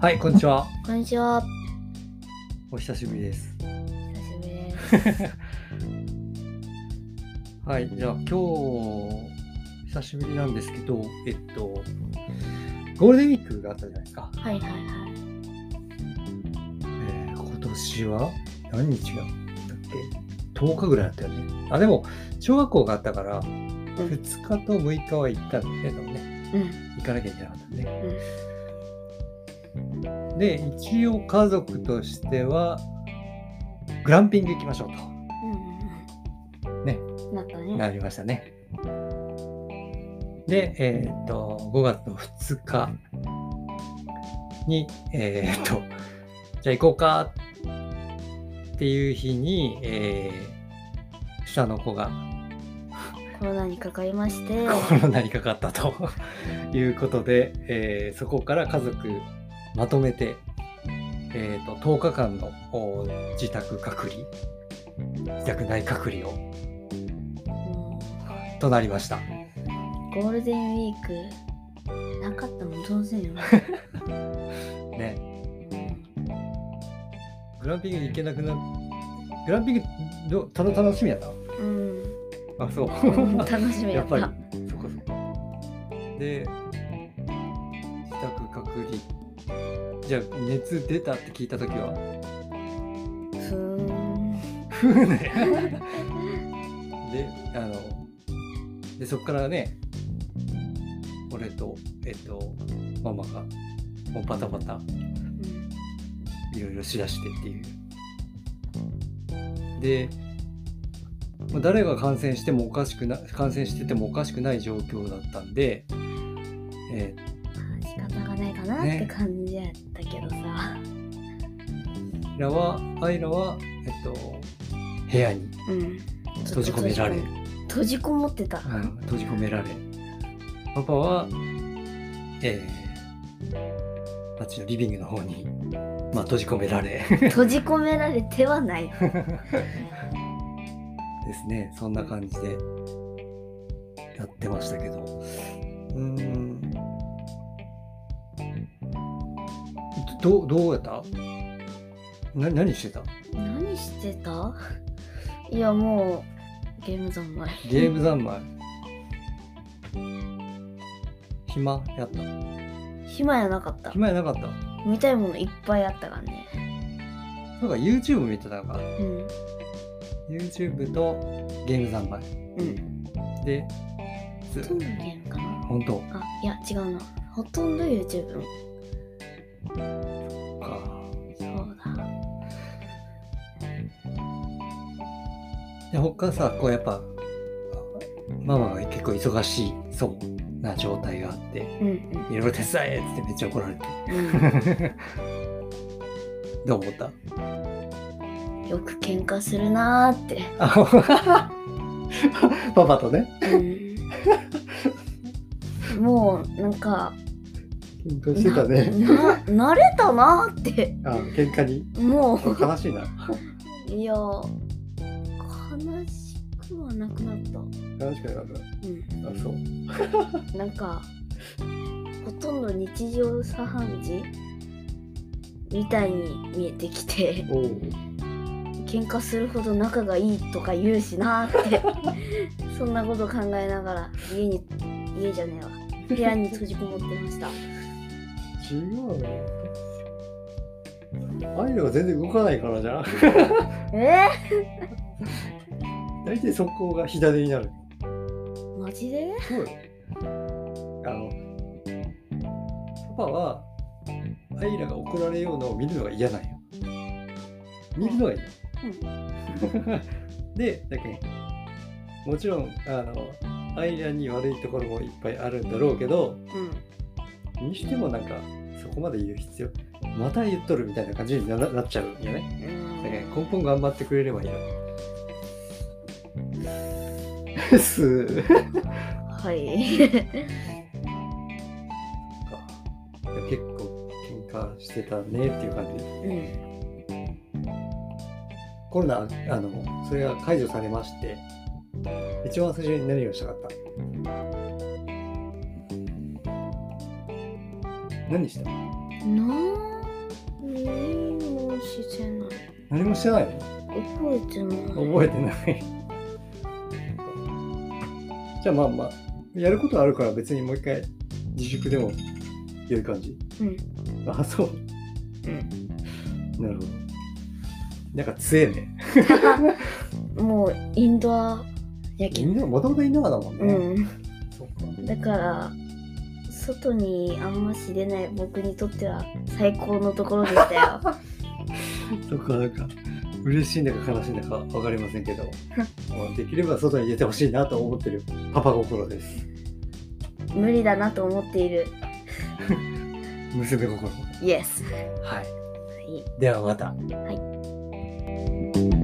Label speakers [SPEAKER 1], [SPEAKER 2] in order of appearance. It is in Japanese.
[SPEAKER 1] はい、こんにちは。
[SPEAKER 2] こんにちは。
[SPEAKER 1] お久しぶりです。
[SPEAKER 2] 久しぶりです。
[SPEAKER 1] はい、じゃあ今日、久しぶりなんですけど、えっと、ゴールデンウィークがあったじゃないですか。
[SPEAKER 2] はいはいはい。
[SPEAKER 1] えー今年は何日があったっけ ?10 日ぐらいだったよね。あ、でも、小学校があったから、2日と6日は行ったんだけどね、
[SPEAKER 2] うん。
[SPEAKER 1] 行かなきゃいけなかったね。で、一応家族としては、グランピング行きましょうと。
[SPEAKER 2] うん。
[SPEAKER 1] ね。
[SPEAKER 2] なったね。
[SPEAKER 1] なりましたね。で、えっと5月の2日に、えっとじゃあ行こうかっていう日に、えー下の子が
[SPEAKER 2] コロナにかかりまして。
[SPEAKER 1] コロナにかかったと いうことで、えーそこから家族まとめて、えー、と10日間のお自宅隔離自宅内隔離を
[SPEAKER 2] も
[SPEAKER 1] となりました。
[SPEAKER 2] うゴールデンウィーク。なかったもん、当 然よ。
[SPEAKER 1] ねグランピング行けなくなグランピングどただ楽しみやった
[SPEAKER 2] うん。
[SPEAKER 1] あそう
[SPEAKER 2] うん楽し み
[SPEAKER 1] や
[SPEAKER 2] だ
[SPEAKER 1] っ
[SPEAKER 2] っ
[SPEAKER 1] ぱ
[SPEAKER 2] た。
[SPEAKER 1] りそこそこで自宅隔離じゃあ熱出たって聞いた時は
[SPEAKER 2] ふーん。
[SPEAKER 1] ふうねであのでそこからね俺とえっとママがもうバタバタ
[SPEAKER 2] うん
[SPEAKER 1] いろいろしだしてっていう。で、まあ誰が感染してもおかしくな感染しててもおかしくない状況だったんで、え
[SPEAKER 2] まあ仕方がないかなって感じやったけどさ。
[SPEAKER 1] ーらはアイラはえっと部屋に
[SPEAKER 2] うん。
[SPEAKER 1] 閉じ込められ、う
[SPEAKER 2] 閉じこもってた。
[SPEAKER 1] ん、閉じ込められ、パパはえー、たちのリビングの方にまあ閉じ込めら れ
[SPEAKER 2] 閉じ込められて はない。
[SPEAKER 1] ですねそんな感じでやってましたけどうーんどどうやったな何してた
[SPEAKER 2] 何してたいやもうゲーム三昧
[SPEAKER 1] ゲーム三昧暇やった
[SPEAKER 2] 暇やなかった
[SPEAKER 1] 暇やなかった
[SPEAKER 2] 見たいものいっぱいあったからね
[SPEAKER 1] なんか YouTube 見てたのか
[SPEAKER 2] うん
[SPEAKER 1] YouTube とゲーム三昧
[SPEAKER 2] うん
[SPEAKER 1] で
[SPEAKER 2] ほとんどゲームかな
[SPEAKER 1] 本当
[SPEAKER 2] あいや違うなほとんど YouTube
[SPEAKER 1] か
[SPEAKER 2] そうだ
[SPEAKER 1] で他さこうやっぱママが結構忙しいそうな状態があって
[SPEAKER 2] うんうん
[SPEAKER 1] いろいろ手伝えっつってめっちゃ怒られて どう思った
[SPEAKER 2] うんよく喧嘩するなーって
[SPEAKER 1] あ パパとね
[SPEAKER 2] うんもうなんか
[SPEAKER 1] 喧嘩してたね
[SPEAKER 2] なな慣れたなーって
[SPEAKER 1] あ喧嘩に
[SPEAKER 2] もう
[SPEAKER 1] 悲しいない
[SPEAKER 2] や悲しくはなくなった
[SPEAKER 1] 悲しくなかっ
[SPEAKER 2] うん
[SPEAKER 1] たあそう
[SPEAKER 2] なんかほとんど日常茶飯事みたいに見えてきて
[SPEAKER 1] おう
[SPEAKER 2] 喧嘩するほど仲がいいとか言うしなーって そんなこと考えながら家に家じゃねえわ部屋に閉じこもってました
[SPEAKER 1] 違うよアイラが全然動かないからじゃん
[SPEAKER 2] え
[SPEAKER 1] 大体速攻が左になる
[SPEAKER 2] ー、マジで
[SPEAKER 1] そうよ。あの、パパは、アイラが怒られようのを見るのが嫌なんよ。見るのが嫌。で、だけもちろん、あの、アイラに悪いところもいっぱいあるんだろうけど、
[SPEAKER 2] う
[SPEAKER 1] にしてもなんか、そこまで言う必要、また言っとるみたいな感じにななっちゃうんよね。
[SPEAKER 2] ん
[SPEAKER 1] だけ
[SPEAKER 2] うん
[SPEAKER 1] 根本頑張ってくれればいいの。すー。
[SPEAKER 2] はい
[SPEAKER 1] か結構喧嘩してたねっていう感じ
[SPEAKER 2] うん
[SPEAKER 1] コロナあのそれが解除されまして一番最初に何をしたかった何した
[SPEAKER 2] 何もしてない
[SPEAKER 1] 何もしてないの
[SPEAKER 2] 覚えてない
[SPEAKER 1] 覚えてない じゃあまあまあやることあるから別にもう一回自粛でも良い感じ
[SPEAKER 2] うん
[SPEAKER 1] あそう
[SPEAKER 2] うん
[SPEAKER 1] なるほどなんか強えね
[SPEAKER 2] もうインドアやけ
[SPEAKER 1] み
[SPEAKER 2] ん
[SPEAKER 1] んなもともといながらだもんね、
[SPEAKER 2] うん
[SPEAKER 1] そうか
[SPEAKER 2] だから外にあんまし出ない僕にとっては最高のところでしたよ
[SPEAKER 1] そっかなんか嬉しいんだか悲しいんだか分かりませんけどまあできれば外に出てほしいなと思ってるパパ心です
[SPEAKER 2] 無理だなと思っている
[SPEAKER 1] 娘心
[SPEAKER 2] イエス
[SPEAKER 1] はい
[SPEAKER 2] はい
[SPEAKER 1] ではまた
[SPEAKER 2] はい